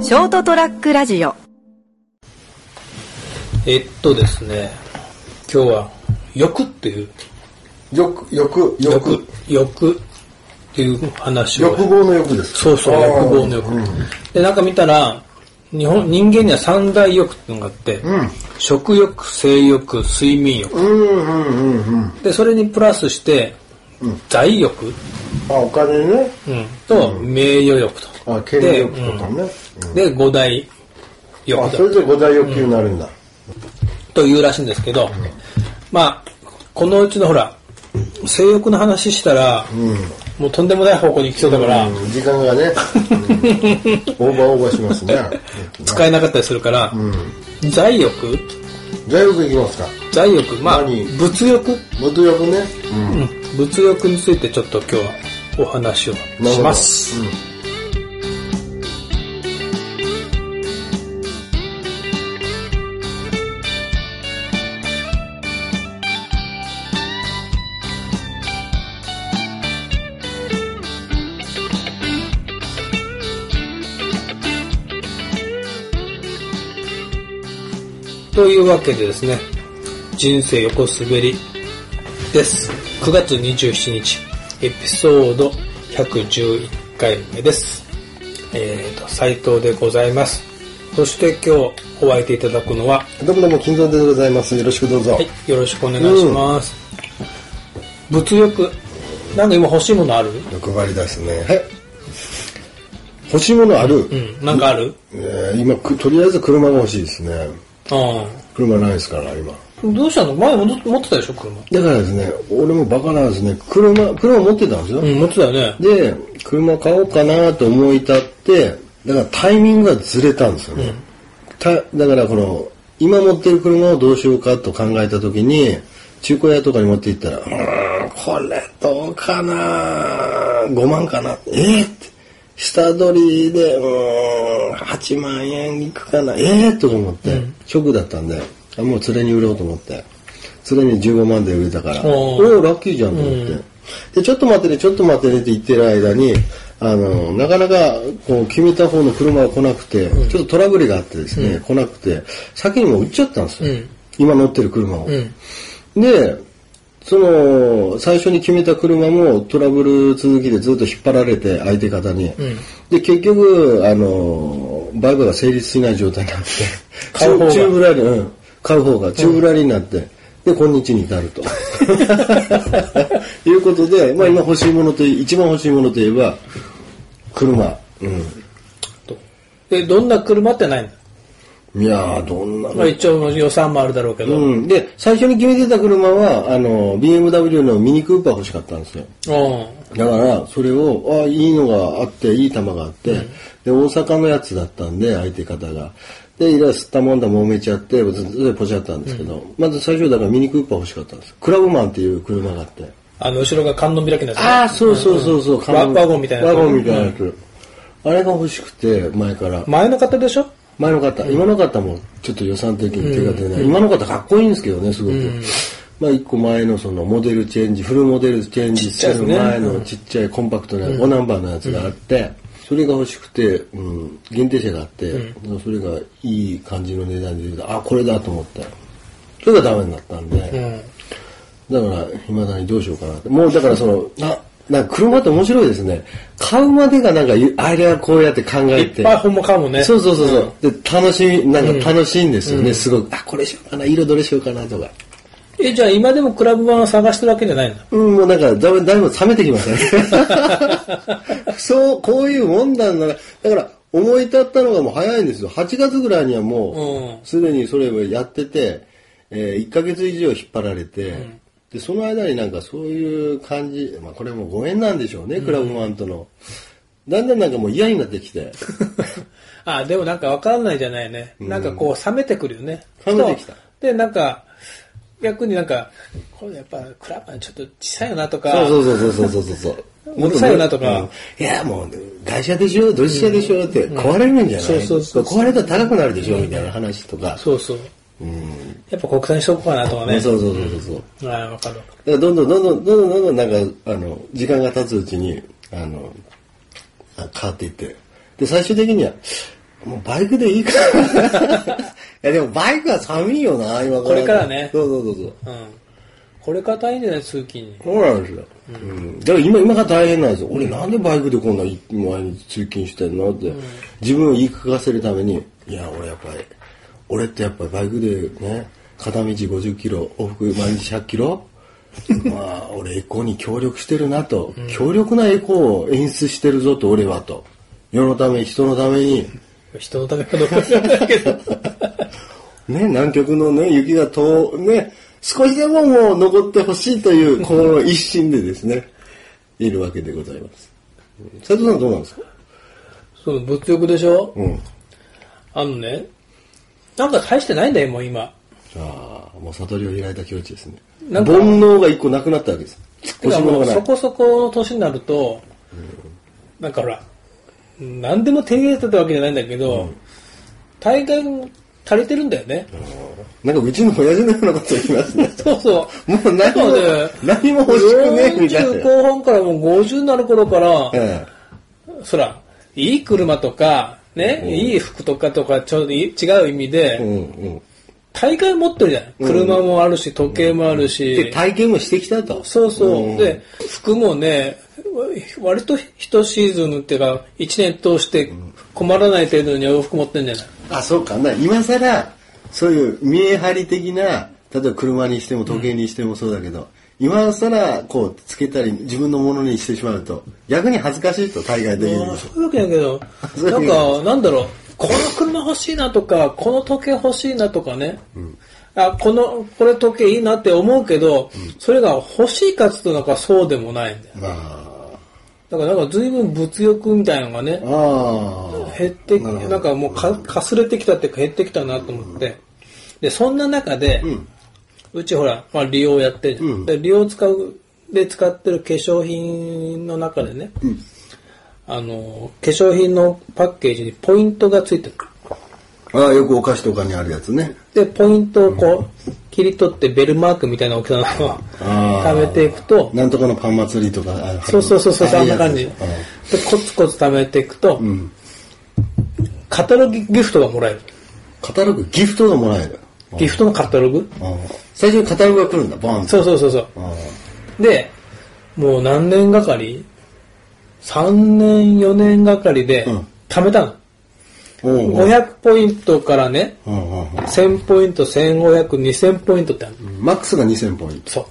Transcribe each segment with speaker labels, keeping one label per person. Speaker 1: ショートトラックラジオ
Speaker 2: えっとですね、今日は、欲っていう、
Speaker 3: 欲、欲、欲。、
Speaker 2: 欲っていう話を。
Speaker 3: 欲望の欲です。
Speaker 2: そうそう、
Speaker 3: あー
Speaker 2: 欲望の欲。で、なんか見たら、日本、人間には三大欲っていうのがあって、食欲、性欲、睡眠欲。
Speaker 3: うんうんうんうん。
Speaker 2: で、それにプラスして、財欲、
Speaker 3: あ、お金ね。
Speaker 2: うんと、名誉欲と。
Speaker 3: あ、権力とかね。
Speaker 2: で、五大欲
Speaker 3: あ、
Speaker 2: と
Speaker 3: それで五大欲求になるんだ。
Speaker 2: というらしいんですけど、まあ、このうちのほら、性欲の話したら、もうとんでもない方向に行きそうだから、
Speaker 3: うん時間がね、うんオーバーオーバーしますね。
Speaker 2: 使えなかったりするから、財欲
Speaker 3: 財欲いきますか。
Speaker 2: 財欲まあ
Speaker 3: 何
Speaker 2: 物欲、
Speaker 3: 元欲ね。
Speaker 2: うん物欲についてちょっと今日はお話を
Speaker 3: なるほど
Speaker 2: します、というわけでですね人生横滑りです。9月27日、エピソード111回目です。えーと、斉藤でございます。そして今日お会いていただくのは、
Speaker 3: どうもどうも、金蔵でございます。よろしくどうぞ。
Speaker 2: はい、よろしくお願いします。物欲、なんか今欲しいものある
Speaker 3: 欲張りですね。はい。欲しいものある、
Speaker 2: うん、なんかある
Speaker 3: えー今く、とりあえず車が欲しいですね。
Speaker 2: う
Speaker 3: 車ないですから、今。
Speaker 2: ん。どうしたの前も持ってたでしょ、車。
Speaker 3: だからですね、俺もバカなんですね。車、車持ってたんですよ。
Speaker 2: うん、持ってたよね。
Speaker 3: で、車買おうかなと思い立って、だからタイミングがずれたんですよね。ただからこの、今持ってる車をどうしようかと考えた時に、中古屋とかに持って行ったら、うーん、これどうかな5万かなえー、って。下取りで、うーん、8万円いくかなえー、とか思って、ショックだったんで、あもう連れに売ろうと思って。連れに15万で売れたから、
Speaker 2: お
Speaker 3: お
Speaker 2: ー
Speaker 3: おラッキーじゃんと思って、でちょっと待ってねちょっと待ってねって言ってる間にあのなかなかこう決めた方の車が来なくて、ちょっとトラブルがあってですね、来なくて先にもう売っちゃったんですよ、
Speaker 2: うん
Speaker 3: 今乗ってる車を、
Speaker 2: ん
Speaker 3: でその最初に決めた車もトラブル続きでずっと引っ張られて相手方に、で結局あの売買が成立しない状態になって
Speaker 2: 買う方が
Speaker 3: チューブラリー、うん、買う方がチューブラリーになって、で今日に至 るということで、まあ、今欲しいものとい一番欲しいものといえば車、う
Speaker 2: で、どんな車ってないの、
Speaker 3: ん、いやーどんな
Speaker 2: まあ、一応予算もあるだろうけど。うん。
Speaker 3: うん、で最初に決めてた車はあの BMW のミニクーパー欲しかったんですよだから、それを、あいいのがあって、いい球があって、で、大阪のやつだったんで、相手方が。で、いろいろ吸ったもんだ、揉めちゃって、ずっとポチャったんですけど、まず最初、だからミニクーパー欲しかったんです。クラブマンっていう車があって。
Speaker 2: あの、後ろが観音開きのやつね、
Speaker 3: あ、そうそうそうそう、
Speaker 2: ワワゴンみたいなや
Speaker 3: ワ
Speaker 2: つ
Speaker 3: ゴンみたいなやつ。あれが欲しくて、前から。
Speaker 2: 前の方でしょ
Speaker 3: 前の方、今の方もちょっと予算的に手が出ない、今の方かっこいいんですけどねすごく、まあ一個前のそのモデルチェンジフルモデルチェンジする前のちっちゃいコンパクトな5ナンバーのやつがあって、それが欲しくて、うん、限定車があって、それがいい感じの値段で出てあこれだと思ってそれがダメになったんで、だから、未だにどうしようかなって。もうだからその、な、なんか車って面白いですね。買うまでがなんか、ゆあれはこうやって考え
Speaker 2: い
Speaker 3: て。
Speaker 2: っぱい本も買うもんね
Speaker 3: そうそうそうそう、で、楽しみ、なんか楽しいんですよね、すごく。あ、これしようかな、色どれしようかなとか。
Speaker 2: え、じゃあ今でもクラブ版を探してるわけじゃないの
Speaker 3: うん、もうなんか、だいぶ、だいぶ冷めてきま したね。そう、こういうもんなんだな。だから、思い立ったのがもう早いんですよ。8月ぐらいにはも
Speaker 2: うん
Speaker 3: う、すでにそれをやってて、え1ヶ月以上引っ張られて、で、その間になんかそういう感じ、まあこれもご縁なんでしょうね、クラブマンとの。だんだんなんかもう嫌になってき て。
Speaker 2: あ、でもなんかわかんないじゃないね。なんかこう冷めてくるよね。
Speaker 3: 冷めてきた
Speaker 2: そうで、なんか、逆になんか、これやっぱクラブ版ちょっと小さいよなとか、
Speaker 3: そうそうそうそうそうそうそう。
Speaker 2: うるさいなとか
Speaker 3: うんいや、もう、会社でしょ、土社でしょって、壊れるんじゃない、
Speaker 2: そうそうそう
Speaker 3: 壊れたら高くなるでしょ、みたいな話とか。
Speaker 2: そうそうやっぱ国産にしとこうかなとかね。
Speaker 3: そうそうそうそうそう。
Speaker 2: あーわかる。
Speaker 3: だからどんどんどんどんどんどんどんなんか、あの、時間が経つうちに、あの、あ変わっていって。で、最終的には、もうバイクでい いから。いやでもバイクは寒いよな、今か
Speaker 2: こ
Speaker 3: ら。
Speaker 2: れからね
Speaker 3: そうそうそうそう。
Speaker 2: うん。これから大変じゃない通勤に。
Speaker 3: そうなんですよ。うん。だから今、今が大変なんですよ。俺なんでバイクでこんなに毎日通勤してんのって、自分を言い聞かせるために、いや、俺やっぱり、俺ってやっぱりバイクでね、片道50キロ、往復毎日100キロ、まあ、俺エコに協力してるなと、強力なエコを演出してるぞと、俺はと。世のため、人のために、
Speaker 2: 人のためかどうか知らないけ ど。
Speaker 3: ね、南極のね、雪がと、ね、少しでももう残ってほしいという、この一心でですね、いるわけでございます。斉藤さんどうなんですか
Speaker 2: そう、物欲でしょ
Speaker 3: うん。
Speaker 2: あのね、なんか大してないんだよ、もう今。
Speaker 3: ああ、もう悟りを開いた境地ですね。
Speaker 2: な
Speaker 3: 煩
Speaker 2: んか
Speaker 3: 悩が一個なくなったわけです。
Speaker 2: だ
Speaker 3: 突っ
Speaker 2: か
Speaker 3: 越
Speaker 2: ら
Speaker 3: し
Speaker 2: も
Speaker 3: 物
Speaker 2: う
Speaker 3: がな
Speaker 2: そ
Speaker 3: い。
Speaker 2: こそこの年になると、なんかほら、何でも手入れてたわけじゃないんだけど、大概足りてるんだよね。
Speaker 3: なんかうちの親父のようなこと言いま すね。
Speaker 2: そうそう。
Speaker 3: もう何も
Speaker 2: そうね、
Speaker 3: 何も欲しくねえみたい
Speaker 2: 40
Speaker 3: な。
Speaker 2: 後半からもう50になる頃から、
Speaker 3: え
Speaker 2: そら、いい車とか、ね、いい服とかとか、ちょうどい違う意味で、
Speaker 3: えうんうん。
Speaker 2: 大概持ってるじゃん。車もあるし、時計もあるし。
Speaker 3: で、体験もしてきたと。
Speaker 2: そうそう。
Speaker 3: ん
Speaker 2: で、服もね、わ割と一シーズンっていうか、一年通して困らない程度に洋服持ってんじゃない
Speaker 3: あ、そうか。な今さら、そういう見え張り的な、例えば車にしても時計にしてもそうだけど、今さら、こう、つけたり、自分のものにしてしまうと、逆に恥ずかしいと、大概で言う
Speaker 2: あーそういうわけだけど
Speaker 3: そういう、
Speaker 2: な
Speaker 3: わけ
Speaker 2: ん
Speaker 3: だ
Speaker 2: か、なんだろう、この車欲しいなとか、この時計欲しいなとかね、あこの、これ時計いいなって思うけど、それが欲しいかっつうとなんかそうでもないんだよ。
Speaker 3: あ
Speaker 2: だからなんか随分物欲みたいなのがね
Speaker 3: ー、あー。
Speaker 2: 減って、
Speaker 3: なるほど
Speaker 2: なんかもうかかすれてきたっていうか減ってきたなと思って、で、そんな中で、うちほら、まあ利用やってるじゃん、
Speaker 3: うん
Speaker 2: で、利用使う、で使ってる化粧品の中でね、あの、化粧品のパッケージにポイントがついて
Speaker 3: ああ、よくお菓子とかにあるやつね。
Speaker 2: る。で、ポイントをこう、切り取ってベルマークみたいな大きさのを
Speaker 3: あー
Speaker 2: 貯めていくと、
Speaker 3: なんとかのパン祭りとか。あ
Speaker 2: そうそうそうそう、
Speaker 3: ああ
Speaker 2: そ
Speaker 3: い
Speaker 2: ん
Speaker 3: う
Speaker 2: な
Speaker 3: やつ
Speaker 2: 感じ。で
Speaker 3: あ、
Speaker 2: コツコツ貯めていくと
Speaker 3: ー、うん。
Speaker 2: カタログギフトがもらえる。
Speaker 3: カタログ、ギフトがもらえる。
Speaker 2: ギフトのカタログ
Speaker 3: あー最初にカタログが来るんだ、バーンと
Speaker 2: そうそうそうそう。
Speaker 3: あ
Speaker 2: で、もう何年がかり ?3 年、4年がかりで
Speaker 3: うん、
Speaker 2: 貯めたの。
Speaker 3: ーおうおう
Speaker 2: 500ポイントからね、
Speaker 3: うんうんうん
Speaker 2: 1000ポイント、1500、2000ポイントってある。
Speaker 3: マックスが2000ポイント。
Speaker 2: そ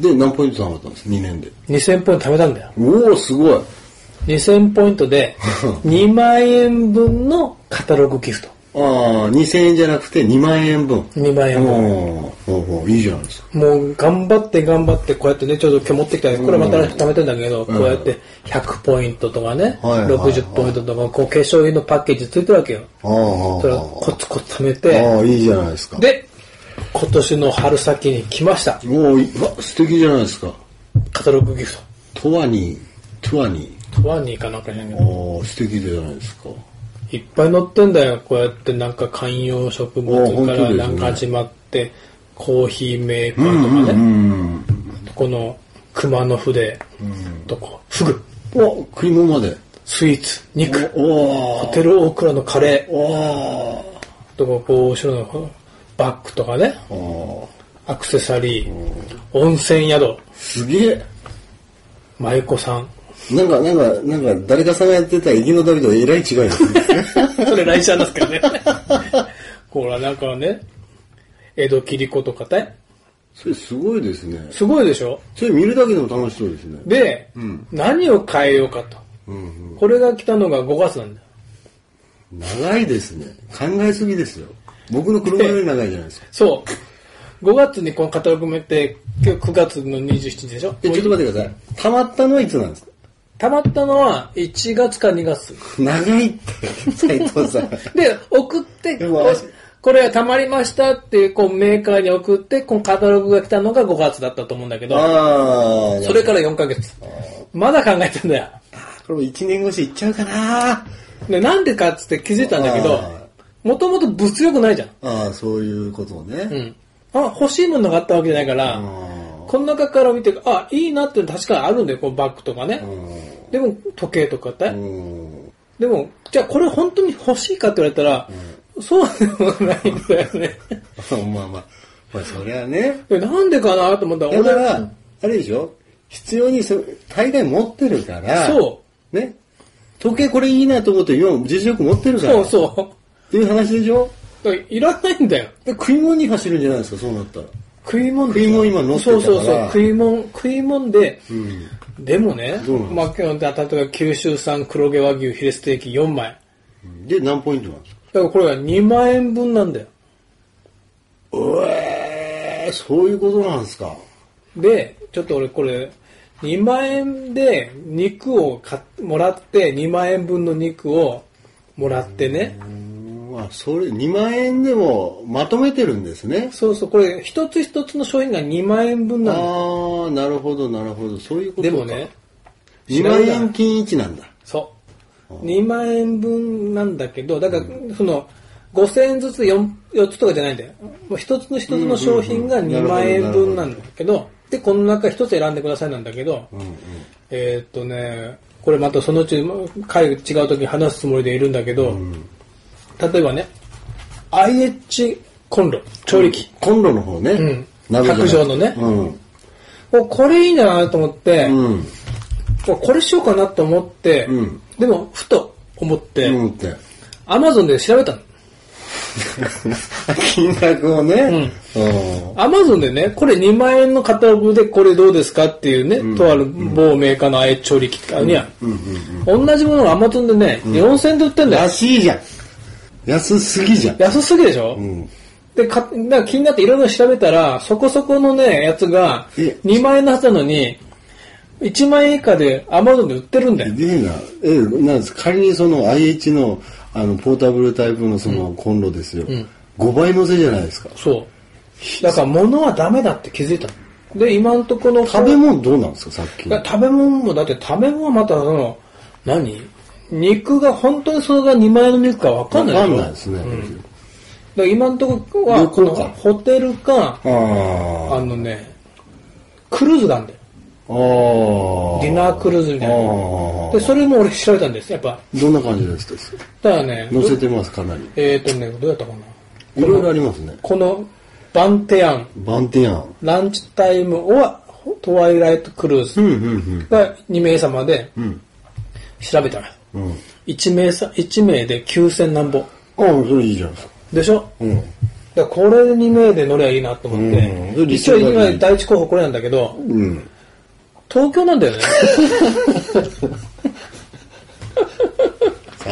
Speaker 3: で、何ポイント貯まったんです ?2 年で。
Speaker 2: う。2000ポイント貯めたんだよ。
Speaker 3: おおすごい。
Speaker 2: 2000ポイント で、2万円分のカタログギフト。
Speaker 3: ああ、2000円じゃなくて2万円分。
Speaker 2: 2万円分。
Speaker 3: おーおーいいじゃないですか。
Speaker 2: もう頑張って頑張ってこうやってね、ちょうど今日持ってきたこれまた貯めてんだけど、こ
Speaker 3: ん
Speaker 2: うやって100ポイントとかね、
Speaker 3: はいはいはい
Speaker 2: 60ポイントとか、こう化粧品のパッケージついてるわけよ。
Speaker 3: あーあ
Speaker 2: それ
Speaker 3: ー、
Speaker 2: を
Speaker 3: あ
Speaker 2: コツコツ貯めて、
Speaker 3: ーあー、いいじゃないですか。
Speaker 2: で、今年の春先に来ました。
Speaker 3: おおうわ、素敵じゃないですか。
Speaker 2: カタログギフ
Speaker 3: トワニー、トワニ
Speaker 2: ト。トワニーかなんかじゃないけ
Speaker 3: ー。
Speaker 2: ど
Speaker 3: おお素敵じゃないですか。
Speaker 2: いっぱい載ってんだよ。こうやってなんか観葉植
Speaker 3: あ
Speaker 2: 物
Speaker 3: 本
Speaker 2: か
Speaker 3: 当です
Speaker 2: らな
Speaker 3: ね
Speaker 2: んか始まって、コーヒーメーカ
Speaker 3: う
Speaker 2: ー
Speaker 3: ん
Speaker 2: とかね、
Speaker 3: うん
Speaker 2: この熊の筆とか、フグ、
Speaker 3: うん。お食い物まで。
Speaker 2: スイーツ、肉、
Speaker 3: お
Speaker 2: ホ
Speaker 3: お
Speaker 2: テルオークラのカレ
Speaker 3: おお
Speaker 2: ーとか、こう、後ろのバッグとかね、
Speaker 3: お
Speaker 2: アクセサリー、温泉宿、
Speaker 3: すげえ。
Speaker 2: 舞妓さん。
Speaker 3: なんか、なんか、なんか、誰かさんがやってた生きの旅とえらい違いですね。
Speaker 2: それ来週なんですけどね。ほら、なんかね、江戸切子とかね、
Speaker 3: それすごいですね。
Speaker 2: すごいでしょ
Speaker 3: それ見るだけでも楽しそうですね。
Speaker 2: で、何を変えようかと。これが来たのが5月なんだよ。
Speaker 3: 長いですね。考えすぎですよ。僕の車より長いじゃないですか。
Speaker 2: そう。5月にこのカタログ埋めて、今日9月の27日でしょ
Speaker 3: え、ちょっと待ってください。溜まったのはいつなんですか
Speaker 2: 溜まったのは1月か2月。
Speaker 3: 長いって、斉藤 さん。
Speaker 2: で、送って、
Speaker 3: うわ
Speaker 2: ここれは溜まりましたっていう、こうメーカーに送って、このカタログが来たのが5月だったと思うんだけど、
Speaker 3: ああ、
Speaker 2: それから4ヶ月。まだ考えてんだよ。
Speaker 3: これも1年越し行っちゃうかなあ
Speaker 2: で、なんでかっつって気づいたんだけど
Speaker 3: あ、
Speaker 2: もともと物欲ないじゃん。
Speaker 3: あ、そういうことね。
Speaker 2: うん。あ、欲しいものがあったわけじゃないから、
Speaker 3: あ
Speaker 2: この中から見て、あ、いいなって確かにあるんだよ、このバッグとかね。
Speaker 3: あ
Speaker 2: でも、時計とかって、
Speaker 3: うん。
Speaker 2: でも、じゃあこれ本当に欲しいかって言われたら、そうでもないんだよ ね。
Speaker 3: まあまあ。まあそりゃね。
Speaker 2: でなんでかなと思ったら、
Speaker 3: だか
Speaker 2: 俺
Speaker 3: ら、あれでしょ必要にそ大概持ってるから。。
Speaker 2: そう
Speaker 3: ね。時計これいいなと思って今も実力持ってるから。。
Speaker 2: そうそう
Speaker 3: っていう話でしょ
Speaker 2: う。だからいらないんだよ。
Speaker 3: で食い物に走るんじゃないですか、そうなったら。
Speaker 2: 食い物
Speaker 3: 食い物今乗ってたから
Speaker 2: そうそうそう。食い物、食い物で、
Speaker 3: うん。
Speaker 2: でもね
Speaker 3: どうな、ん
Speaker 2: まあ、今日だ例えば九州産黒毛和牛ヒレステーキ4枚。
Speaker 3: で、何ポイントなんですか
Speaker 2: だからこれが2万円分なんだよ。
Speaker 3: うえー、そういうことなんですか。
Speaker 2: で、ちょっと俺これ、2万円で肉を買っもらって、2万円分の肉をもらってね。
Speaker 3: うんあ、それ、2万円でもまとめてるんですね。
Speaker 2: そうそう、これ一つ一つの商品が2万円分
Speaker 3: あ
Speaker 2: なの。
Speaker 3: ー、なるほど、なるほど。そういうこと
Speaker 2: で
Speaker 3: か。
Speaker 2: もね、
Speaker 3: 2万円均一なんだ。
Speaker 2: そう。2万円分なんだけど、だから、その、5000円ずつ 4, 4つとかじゃないんだよ。もう一つの一つの商品が
Speaker 3: うんうんうん
Speaker 2: 2万円分なんだけど、で、この中一つ選んでくださいなんだけど、
Speaker 3: うんうん。
Speaker 2: えーっとね、これまたそのうち会違う時に話すつもりでいるんだけど、例えばね、IH コンロ、調理器。
Speaker 3: コンロの方ね。
Speaker 2: ん
Speaker 3: 鍋じゃない
Speaker 2: 卓上のね
Speaker 3: うん。
Speaker 2: おこれいいなと思って、
Speaker 3: うん。
Speaker 2: おこれしようかなと思って、
Speaker 3: うん
Speaker 2: でも、ふと思って、
Speaker 3: うんって。
Speaker 2: Amazon で調べたの。
Speaker 3: 金額をね。うん。
Speaker 2: Amazon でね、これ2万円のカタログでこれどうですかっていうね、とある某メーカーのあえ調理器とかには、同じものが Amazon でね、4000円で売ってんだよ。
Speaker 3: 安いじゃん。安すぎじゃん。
Speaker 2: 安すぎでしょ、
Speaker 3: うん。
Speaker 2: で、か、なんか気になっていろいろ調べたら、そこそこのね、やつが、
Speaker 3: いや
Speaker 2: 2万円のはずなのに、1万円以下で Amazon で売ってるんだよ。
Speaker 3: でな。え、なんです仮にその IH の、あの、ポータブルタイプのそのコンロですよ。5倍乗せじゃないですか。
Speaker 2: そう。だから物はダメだって気づいたの。で、今んとこの、
Speaker 3: 食べ物どうなんですか、さっき
Speaker 2: だ
Speaker 3: の。
Speaker 2: から食べ物も、だって食べ物はまたその、何肉が、本当にそれが2万円の肉かわかんない
Speaker 3: わ
Speaker 2: でしょ
Speaker 3: ですね。
Speaker 2: だから今んとこは、
Speaker 3: 旅
Speaker 2: こ
Speaker 3: 行
Speaker 2: の
Speaker 3: か
Speaker 2: ホテルか、
Speaker 3: ああ。
Speaker 2: あのね、クルーズなんだよ。
Speaker 3: あー
Speaker 2: ディナークルーズみたい
Speaker 3: あ
Speaker 2: な。
Speaker 3: ー
Speaker 2: で、それも俺調べたんです、やっぱ。
Speaker 3: どんな感じですか
Speaker 2: だからね、
Speaker 3: 乗せてます、かなり。
Speaker 2: えっ、ー、とね、どうやったかな。
Speaker 3: いろいろありますね。
Speaker 2: この、バンテアン、
Speaker 3: バンティアン。
Speaker 2: ランチタイムは、トワイライトクルー
Speaker 3: う
Speaker 2: ズ
Speaker 3: ん、うん、
Speaker 2: が2名様で
Speaker 3: ん、
Speaker 2: 調べたら、
Speaker 3: うん。うん。
Speaker 2: 1名さ、一名で9000何ぼ。
Speaker 3: ああ、それいいじゃん。
Speaker 2: でしょ
Speaker 3: うん。
Speaker 2: だからこれで2名で乗りゃいいなと思っ
Speaker 3: う
Speaker 2: て、
Speaker 3: ん
Speaker 2: 一応今第一候補これなんだけど、
Speaker 3: うん。
Speaker 2: 東京なんだよね。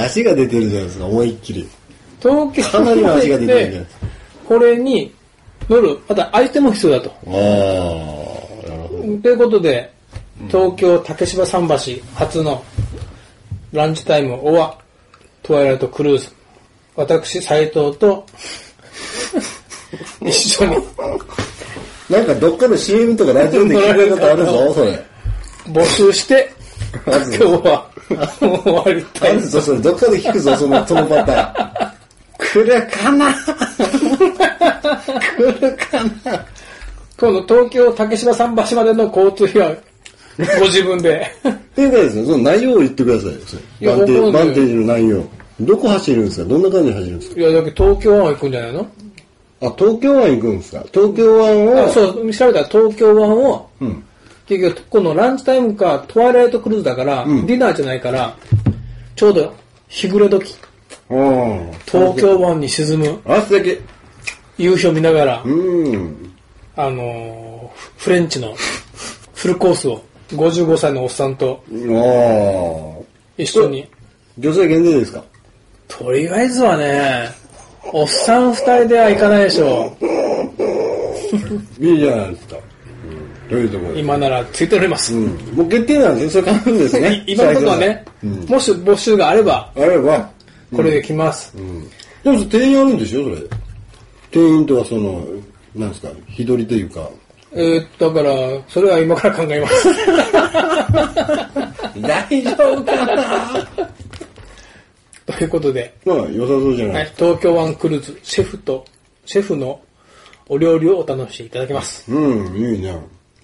Speaker 3: 足が出てるじゃないですか、思いっきり。
Speaker 2: 東京
Speaker 3: かなりの足が出てるじゃない
Speaker 2: で
Speaker 3: です
Speaker 2: これに乗る、また相手も必要だと。
Speaker 3: か。ああ、なるほ
Speaker 2: ということで、東京竹芝桟橋初のランチタイムオアトワイライトクルーズ。私、斉藤 と一緒に
Speaker 3: ど。なんかどっかの CM とかラジオで聞いたことあるぞ、それ。
Speaker 2: 募集して、今日はもう終わり
Speaker 3: あ
Speaker 2: たい
Speaker 3: る。ぞ、それ。どっかで聞くぞ、その、そのパターン。来るかな来るかな
Speaker 2: 今度東京竹芝桟橋までの交通費はご自分で。
Speaker 3: っていうかですね、その内容を言ってくださいよ、そ
Speaker 2: い
Speaker 3: れ。
Speaker 2: や
Speaker 3: バンテージ、
Speaker 2: わ
Speaker 3: バ
Speaker 2: かんない
Speaker 3: ンテージの内容。どこ走るんですかどんな感じで走るんです か
Speaker 2: いや、だけど東京湾行くんじゃないの
Speaker 3: あ、東京湾行くんですか東京湾
Speaker 2: あ
Speaker 3: を、
Speaker 2: そう、調べたら東京湾を、
Speaker 3: ん
Speaker 2: 結局、このランチタイムか、トワイライトクルーズだから、
Speaker 3: ん
Speaker 2: ディナーじゃないから、ちょうど日暮れ時、
Speaker 3: うん。
Speaker 2: 東京湾に沈む
Speaker 3: あ、素敵。
Speaker 2: 夕日を見ながら
Speaker 3: う、ん。
Speaker 2: あのーフレンチのフルコースを、55歳のおっさんと
Speaker 3: ああ。
Speaker 2: 一緒に。
Speaker 3: 女性限定ですか
Speaker 2: とりあえずはね、おっさん二人では行かないでしょう。
Speaker 3: いいじゃないですか。うん。というところで。
Speaker 2: 今ならついております。。
Speaker 3: うん。もう決定なんですね。そういう感じですね
Speaker 2: 今のところはね、
Speaker 3: うん。
Speaker 2: もし募集があれば、
Speaker 3: あれは、
Speaker 2: これで来ます。
Speaker 3: でもそれ店員あるんでしょそれ。店員とはその、なんですか、日取りというか。
Speaker 2: えー、だから、それは今から考えます。
Speaker 3: 大丈夫かな
Speaker 2: ということで、
Speaker 3: まあ、良さそうじゃな
Speaker 2: は
Speaker 3: いで
Speaker 2: い
Speaker 3: すか。
Speaker 2: 東京湾クルーズ、シェフと、シェフのお料理をお楽しみいただきます。
Speaker 3: うん、いいね。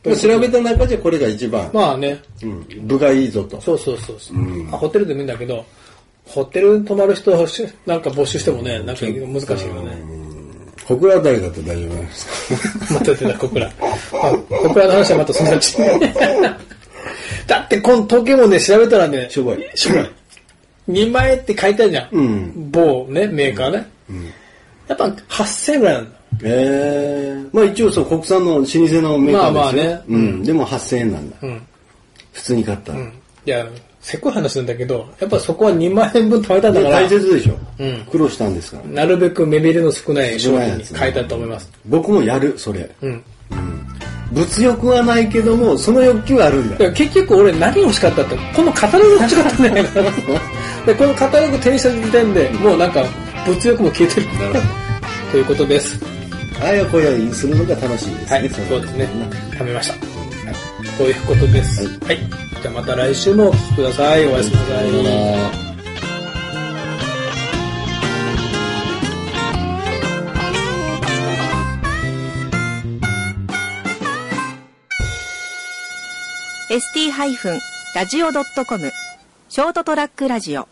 Speaker 3: まあ調べた中じゃこれが一番、
Speaker 2: まあね、
Speaker 3: うん、部がいいぞと。
Speaker 2: そうそうそうそう、あホテルでもいいんだけど、ホテル泊まる人をしなんか募集してもね、なんか難しいよね。
Speaker 3: 小倉あたりだと大丈夫なんですか
Speaker 2: また出た、小倉。あ小倉の話はまたそのうち。 だって、この時計もね、調べたらね、
Speaker 3: しょぼい
Speaker 2: しょぼい。2万円って書いてあるじゃん。
Speaker 3: うん
Speaker 2: 某ね、メーカーね。やっぱ8000円ぐらいなんだ。
Speaker 3: ええまあ一応そう、国産の老舗のメーカーですよ。
Speaker 2: まあまあね
Speaker 3: うん。でも8000円なんだ。
Speaker 2: ん
Speaker 3: 普通に買ったら。
Speaker 2: いや、せこい話なんだけど、やっぱそこは2万円分貯めたんだ
Speaker 3: で
Speaker 2: か
Speaker 3: 大
Speaker 2: ら、
Speaker 3: 切でしょ。
Speaker 2: うん
Speaker 3: 苦労したんですから。
Speaker 2: なるべく目減りの少ない商品に変えたいと思います。
Speaker 3: 僕もやる、それ。
Speaker 2: うん。
Speaker 3: 物欲はないけども、その欲求はあるん
Speaker 2: だ
Speaker 3: だ。
Speaker 2: から結局俺何が欲しかったって、このカタログが欲しかったんじ ゃないかな。で、このカタログ転写時点で、もうなんか物欲も消えてる。 ということです。
Speaker 3: あやこやにするのが楽しいですね。
Speaker 2: はい、
Speaker 3: の
Speaker 2: そうですね。食べました。ということです。はい。じゃあまた来週もお聞きください。おやすみなさい。
Speaker 1: ST-radio.com ショートトラックラジオ